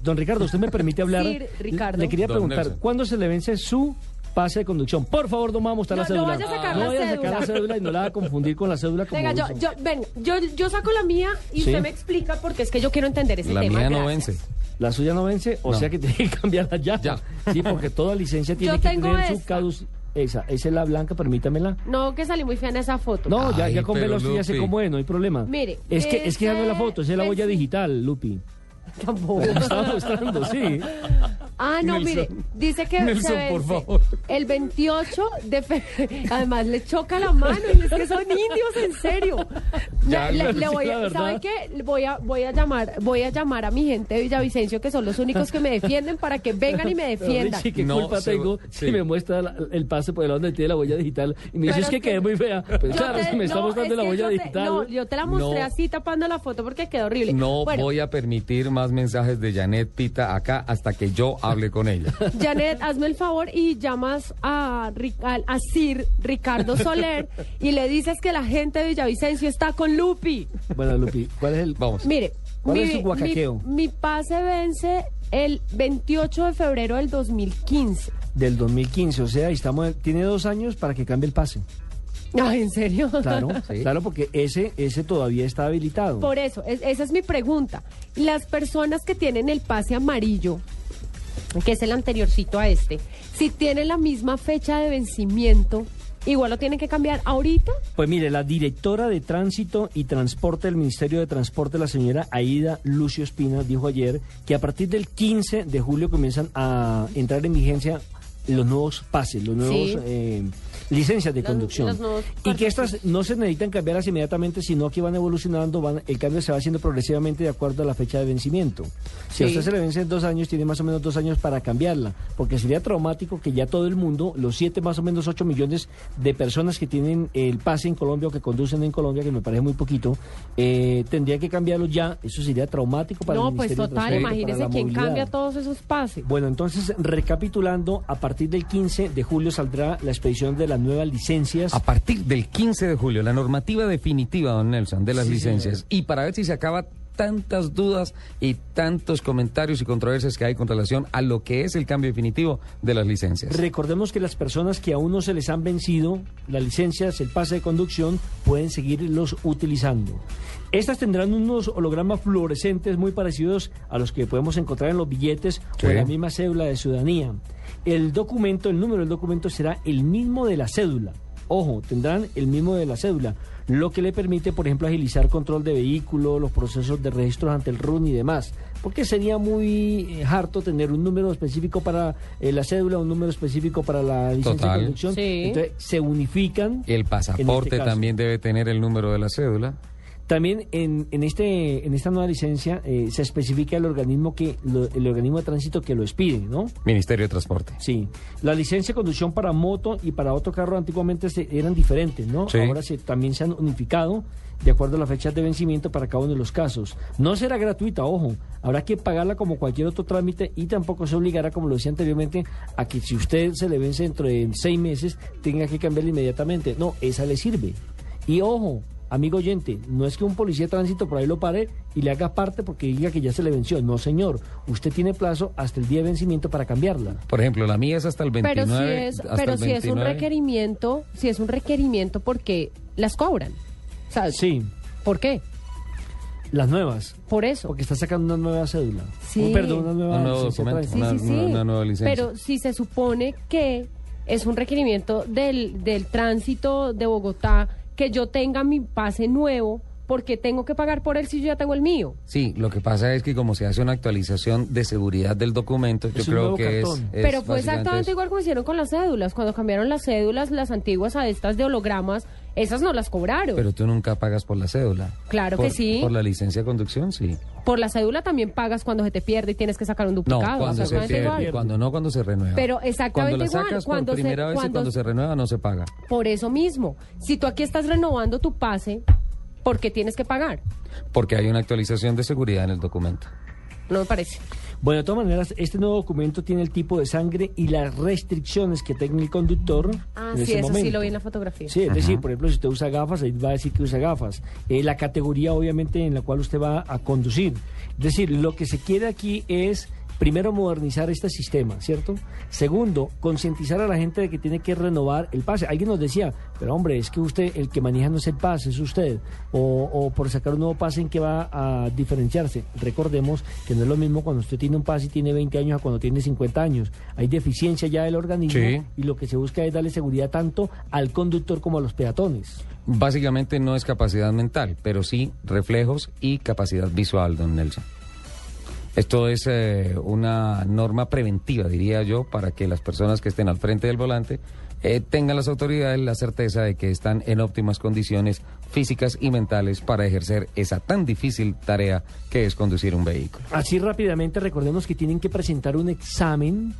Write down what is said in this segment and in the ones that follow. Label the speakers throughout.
Speaker 1: Don Ricardo, usted me permite hablar.
Speaker 2: Sí, Ricardo.
Speaker 1: Le quería
Speaker 3: Don
Speaker 1: preguntar,
Speaker 3: Nelson.
Speaker 1: ¿cuándo se le vence su pase de conducción? Por favor, don Mamo, está la
Speaker 2: No, no
Speaker 1: cédula.
Speaker 2: vaya a sacar la
Speaker 1: vaya a sacar la
Speaker 2: cédula.
Speaker 1: cédula y no la va a confundir con la cédula como
Speaker 2: Venga, yo,
Speaker 1: uso.
Speaker 2: yo, ven, yo, yo saco la mía y
Speaker 1: Sí.
Speaker 2: usted me explica porque es que yo quiero entender ese
Speaker 3: La
Speaker 2: tema.
Speaker 3: mía no
Speaker 2: gracias.
Speaker 3: vence.
Speaker 1: La suya no vence, o sea que tiene que cambiarla ya.
Speaker 3: Ya.
Speaker 1: Sí, porque toda licencia tiene
Speaker 2: Yo
Speaker 1: que
Speaker 2: tengo
Speaker 1: tener su
Speaker 2: esta.
Speaker 1: caduc... Esa, esa es la blanca, permítamela.
Speaker 2: No, que salí muy fea en esa foto.
Speaker 1: No, ya,
Speaker 3: Ay,
Speaker 1: ya con
Speaker 3: pero,
Speaker 1: velos ya sé
Speaker 3: Lupi.
Speaker 1: cómo es, no hay problema.
Speaker 2: Mire,
Speaker 1: es que es que ya no es la
Speaker 2: ese-
Speaker 1: foto, esa es la huella
Speaker 2: ese-
Speaker 1: digital, Lupi.
Speaker 2: Tampoco.
Speaker 1: Me está mostrando, sí.
Speaker 2: Ah, no,
Speaker 3: Nelson.
Speaker 2: mire, dice que
Speaker 3: Nelson,
Speaker 2: se vence
Speaker 3: por favor.
Speaker 2: el 28 de febrero. Además, le choca la mano y es que son indios, en serio.
Speaker 3: Ya,
Speaker 2: Le- le,
Speaker 3: no,
Speaker 2: le
Speaker 3: sí,
Speaker 2: voy
Speaker 3: la
Speaker 2: a,
Speaker 3: verdad.
Speaker 2: ¿Sabe qué? Voy a, voy, a llamar, voy a llamar a mi gente de Villavicencio, que son los únicos que me defienden, para que vengan y me defiendan.
Speaker 1: Richie, ¿qué
Speaker 3: No,
Speaker 1: culpa
Speaker 3: se-
Speaker 1: tengo
Speaker 3: sí.
Speaker 1: si me muestra la- el pase por el lado donde tiene la huella digital y me dice, es
Speaker 2: Pero
Speaker 1: que
Speaker 2: es que-
Speaker 1: quedé muy fea? Pues
Speaker 2: Yo
Speaker 1: claro,
Speaker 2: te-
Speaker 1: si me está
Speaker 2: no,
Speaker 1: mostrando
Speaker 2: es
Speaker 1: la
Speaker 2: que
Speaker 1: huella
Speaker 2: yo te-
Speaker 1: digital.
Speaker 2: no, yo te la mostré
Speaker 3: No.
Speaker 2: así tapando la foto porque quedó horrible.
Speaker 3: No
Speaker 2: Bueno,
Speaker 3: voy a permitir más mensajes de Janet Pita acá hasta que yo hable con ella.
Speaker 2: Janet, hazme el favor y llamas a, Ri- al- a Sir Ricardo Soler y le dices que la gente de Villavicencio está con Lupi.
Speaker 1: Bueno, Lupi, ¿cuál es el...?
Speaker 3: Vamos.
Speaker 2: Mire,
Speaker 1: ¿Cuál es su
Speaker 2: mi-
Speaker 1: guacaqueo?
Speaker 2: Mi, mi pase vence el 28 de febrero del 2015.
Speaker 1: Del 2015, o sea, y estamos en- tiene dos años para que cambie el pase.
Speaker 2: Ay, ¿en serio?
Speaker 1: Claro,
Speaker 3: Sí.
Speaker 1: claro, porque ese, ese todavía está habilitado.
Speaker 2: Por eso, es- esa es mi pregunta. Las personas que tienen el pase amarillo, que es el anteriorcito a este, si tienen la misma fecha de vencimiento, igual lo tienen que cambiar ahorita.
Speaker 1: Pues mire, la directora de Tránsito y Transporte del Ministerio de Transporte, la señora Aida Lucio Espina, dijo ayer que a partir del 15 de julio comienzan a entrar en vigencia los nuevos pases, los nuevos
Speaker 2: Sí.
Speaker 1: eh, licencias de
Speaker 2: Los-
Speaker 1: conducción.
Speaker 2: los nuevos
Speaker 1: y que
Speaker 2: cartuchos.
Speaker 1: estas no se necesitan cambiarlas inmediatamente, sino que van evolucionando, van, el cambio se va haciendo progresivamente de acuerdo a la fecha de vencimiento. Si a
Speaker 2: Sí.
Speaker 1: usted se le vence en dos años, tiene más o menos dos años para cambiarla, porque sería traumático que ya todo el mundo, los siete más o menos ocho millones de personas que tienen el pase en Colombia o que conducen en Colombia, que me parece muy poquito, eh, tendría que cambiarlo ya. Eso sería traumático para el
Speaker 2: no, pues
Speaker 1: Ministerio de
Speaker 2: total,
Speaker 1: Transporte, para
Speaker 2: imagínese
Speaker 1: la
Speaker 2: quién
Speaker 1: movilidad.
Speaker 2: cambia todos esos pases.
Speaker 1: Bueno, entonces, recapitulando, a partir del 15 de julio saldrá la expedición de las nuevas licencias.
Speaker 3: A partir del 15 de julio, la normativa definitiva, don Nelson, de las licencias. Y para ver si se acaba tantas dudas y tantos comentarios y controversias que hay con relación a lo que es el cambio definitivo de las licencias.
Speaker 1: Recordemos que las personas que aún no se les han vencido las licencias, el pase de conducción, pueden seguirlos utilizando. Estas tendrán unos hologramas fluorescentes muy parecidos a los que podemos encontrar en los billetes o en
Speaker 3: Sí.
Speaker 1: la misma cédula de ciudadanía. El documento, el número del documento será el mismo de la cédula. Ojo, tendrán el mismo de la cédula, lo que le permite, por ejemplo, agilizar control de vehículo, los procesos de registros ante el RUN y demás, porque sería muy eh, harto tener un número específico para eh, la cédula, un número específico para la licencia
Speaker 3: Total.
Speaker 1: de conducción.
Speaker 2: Sí.
Speaker 1: Entonces, se unifican. en
Speaker 3: El
Speaker 1: este
Speaker 3: pasaporte
Speaker 1: caso.
Speaker 3: también debe tener el número de la cédula.
Speaker 1: También en, en este, en esta nueva licencia eh, se especifica el organismo, que, lo- el organismo de tránsito que lo expide, ¿no?
Speaker 3: Ministerio de Transporte.
Speaker 1: Sí, la licencia de conducción para moto y para otro carro antiguamente se- eran diferentes, ¿no?
Speaker 3: Sí.
Speaker 1: Ahora se, también se han unificado de acuerdo a las fechas de vencimiento para cada uno de los casos. No será gratuita, ojo, habrá que pagarla como cualquier otro trámite y tampoco se obligará, como lo decía anteriormente, a que si usted se le vence dentro de seis meses tenga que cambiarla inmediatamente. No, esa le sirve. Y ojo. Amigo oyente, no es que un policía de tránsito por ahí lo pare y le haga parte porque diga que ya se le venció. No, señor. Usted tiene plazo hasta el día de vencimiento para cambiarla.
Speaker 3: Por ejemplo, la mía es hasta el 29.
Speaker 2: pero si es,
Speaker 3: hasta
Speaker 2: pero
Speaker 3: el
Speaker 2: si es un
Speaker 3: 29.
Speaker 2: requerimiento, si es un requerimiento porque las cobran. O sea,
Speaker 1: Sí,
Speaker 2: ¿Por qué?
Speaker 1: las nuevas.
Speaker 2: Por eso.
Speaker 1: Porque está sacando una nueva cédula.
Speaker 2: Sí.
Speaker 1: Un- perdón, una nueva
Speaker 3: Un nuevo
Speaker 1: licencia de
Speaker 3: documento,
Speaker 1: tránsito.
Speaker 2: Sí,
Speaker 3: una-
Speaker 2: sí, sí.
Speaker 3: una nueva licencia.
Speaker 2: Pero si se supone que es un requerimiento del, del tránsito de Bogotá que yo tenga mi pase nuevo, porque tengo que pagar por él si yo ya tengo el mío?
Speaker 3: Sí, lo que pasa es que como se hace una actualización de seguridad del documento, yo
Speaker 1: Es un
Speaker 3: creo
Speaker 1: nuevo
Speaker 3: que es,
Speaker 1: cartón.
Speaker 3: es
Speaker 2: Pero fue
Speaker 3: básicamente
Speaker 2: exactamente
Speaker 3: eso.
Speaker 2: igual como hicieron con las cédulas. Cuando cambiaron las cédulas, las antiguas a estas de hologramas, Esas no las cobraron.
Speaker 3: Pero tú nunca pagas por la cédula.
Speaker 2: Claro
Speaker 3: Por-
Speaker 2: que sí.
Speaker 3: Por la licencia de conducción, sí.
Speaker 2: Por la cédula también pagas cuando se te pierde y tienes que sacar un
Speaker 3: No,
Speaker 2: duplicado.
Speaker 3: cuando se
Speaker 2: exactamente
Speaker 3: pierde,
Speaker 2: igual.
Speaker 3: cuando no, cuando se renueva.
Speaker 2: Pero exactamente
Speaker 3: cuando la
Speaker 2: igual,
Speaker 3: sacas
Speaker 2: cuando
Speaker 3: por
Speaker 2: se-
Speaker 3: primera vez y
Speaker 2: cuando
Speaker 3: cuando
Speaker 2: se-
Speaker 3: se renueva no se paga.
Speaker 2: Por eso mismo, si tú aquí estás renovando tu pase, ¿por qué tienes que pagar?
Speaker 3: Porque hay una actualización de seguridad en el documento.
Speaker 2: No me parece.
Speaker 1: Bueno, de todas maneras, este nuevo documento tiene el tipo de sangre y las restricciones que tenga el conductor.
Speaker 2: Ah,
Speaker 1: en ese
Speaker 2: sí,
Speaker 3: este
Speaker 2: eso sí
Speaker 1: momento.
Speaker 2: lo vi en la fotografía.
Speaker 1: Sí, es decir, por ejemplo, si usted usa gafas, ahí va a decir que usa gafas. Eh, la categoría, obviamente, en la cual usted va a conducir. Es decir, lo que se quiere aquí es, primero, modernizar este sistema, ¿cierto? Segundo, concientizar a la gente de que tiene que renovar el pase. Alguien nos decía, pero hombre, es que usted, el que maneja no es el pase, es usted. O, o por sacar un nuevo pase, ¿en qué va a diferenciarse? Recordemos que no es lo mismo cuando usted tiene un pase y tiene 20 años a cuando tiene 50 años. Hay deficiencia ya del organismo
Speaker 3: Sí.
Speaker 1: y lo que se busca es darle seguridad tanto al conductor como a los peatones.
Speaker 3: Básicamente no es capacidad mental, pero sí reflejos y capacidad visual, don Nelson. Esto es eh, una norma preventiva, diría yo, para que las personas que estén al frente del volante eh, tengan las autoridades la certeza de que están en óptimas condiciones físicas y mentales para ejercer esa tan difícil tarea que es conducir un vehículo.
Speaker 1: Así rápidamente recordemos que tienen que presentar un examen.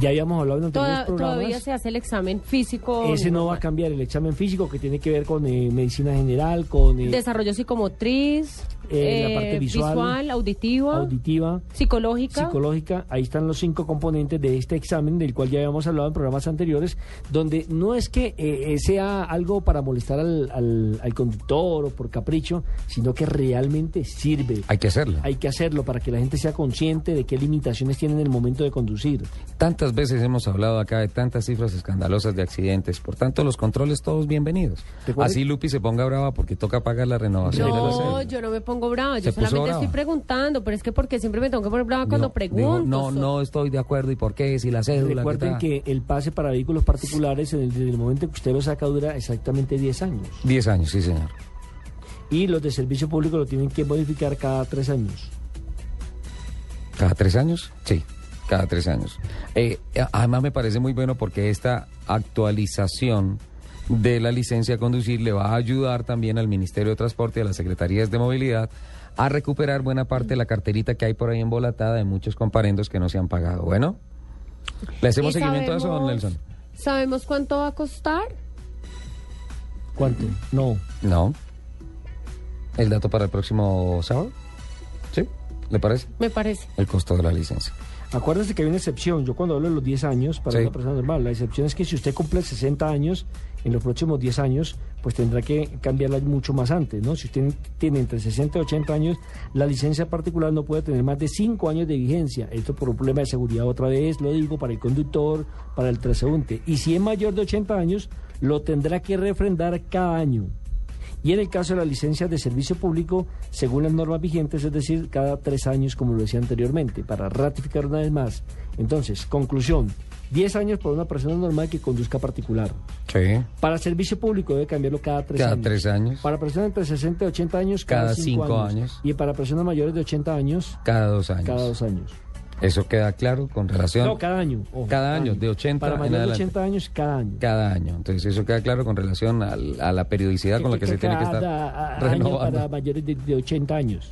Speaker 1: Ya habíamos hablado en anteriores
Speaker 2: Toda-
Speaker 1: programas.
Speaker 2: todavía se hace el examen físico.
Speaker 1: Ese no va a cambiar el examen físico que tiene que ver con eh, medicina general, con eh,
Speaker 2: Desarrollo psicomotriz,
Speaker 1: Eh, la parte visual,
Speaker 2: auditiva,
Speaker 1: auditiva,
Speaker 2: psicológica.
Speaker 1: psicológica. Ahí están los cinco componentes de este examen del cual ya habíamos hablado en programas anteriores, donde no es que eh, eh, sea algo para molestar al, al- al conductor o por capricho, sino que realmente sirve.
Speaker 3: Hay que hacerlo.
Speaker 1: Hay que hacerlo para que la gente sea consciente de qué limitaciones tiene en el momento de conducir.
Speaker 3: Tantas veces hemos hablado acá de tantas cifras escandalosas de accidentes, por tanto los controles todos bienvenidos.
Speaker 1: Recuerde-
Speaker 3: Así Lupi se ponga brava porque toca pagar la renovación. de la
Speaker 2: No,
Speaker 3: cédula.
Speaker 2: yo no me pongo brava, yo
Speaker 3: Se puso
Speaker 2: solamente
Speaker 3: brava.
Speaker 2: estoy preguntando, pero es que porque siempre me tengo que poner brava cuando
Speaker 3: Dijo-
Speaker 2: pregunto.
Speaker 3: dijo, no,
Speaker 2: so-
Speaker 3: no estoy de acuerdo y por qué si la cédula.
Speaker 1: Recuerden que el pase para vehículos particulares en el- desde el momento en que usted lo saca dura exactamente 10 años
Speaker 3: Diez años, sí señor.
Speaker 1: y los de servicio público lo tienen que modificar cada 3 años.
Speaker 3: ¿Cada tres años? Sí, cada tres años. Eh, eh, además me parece muy bueno porque esta actualización de la licencia a conducir le va a ayudar también al Ministerio de Transporte y a las Secretarías de Movilidad a recuperar buena parte de la carterita que hay por ahí embolatada de muchos comparendos que no se han pagado. Bueno, ¿le hacemos
Speaker 2: ¿Y
Speaker 3: seguimiento a eso, don
Speaker 2: sabemos-
Speaker 3: Nelson?
Speaker 2: ¿Sabemos cuánto va a costar?
Speaker 1: ¿Cuánto? No.
Speaker 3: No. ¿El dato para el próximo sábado? ¿Sí? ¿Le parece?
Speaker 2: Me parece.
Speaker 3: El costo de la licencia.
Speaker 1: Acuérdese que hay una excepción. Yo cuando hablo de los 10 años, para
Speaker 3: Sí.
Speaker 1: una persona normal, la excepción es que si usted cumple 60 años, en los próximos 10 años, pues tendrá que cambiarla mucho más antes, ¿no? Si usted tiene entre 60 y 80 años, la licencia particular no puede tener más de 5 años de vigencia. Esto por un problema de seguridad otra vez, lo digo, para el conductor, para el transeúnte. Y si es mayor de 80 años, lo tendrá que refrendar cada año. Y en el caso de las licencias de servicio público, según las normas vigentes, es decir, cada tres años, como lo decía anteriormente, para ratificar una vez más. Entonces, conclusión, 10 años para una persona normal que conduzca particular.
Speaker 3: Sí.
Speaker 1: Para servicio público debe cambiarlo cada tres
Speaker 3: Cada
Speaker 1: años.
Speaker 3: tres años.
Speaker 1: Para personas entre 60 y 80 años, cada,
Speaker 3: Cada
Speaker 1: cinco,
Speaker 3: cinco
Speaker 1: años.
Speaker 3: años.
Speaker 1: Y para personas mayores de 80 años,
Speaker 3: Cada dos años.
Speaker 1: cada dos años.
Speaker 3: Eso queda claro con relación.
Speaker 1: No, cada año. ojo,
Speaker 3: Cada año, de 80
Speaker 1: Para
Speaker 3: en
Speaker 1: mayores de
Speaker 3: adelante.
Speaker 1: 80 años, cada año.
Speaker 3: Cada año. Entonces, eso queda claro con relación al- a, la periodicidad con la que se tiene que
Speaker 1: Cada
Speaker 3: estar
Speaker 1: año
Speaker 3: renovando.
Speaker 1: para mayores de- de 80 años.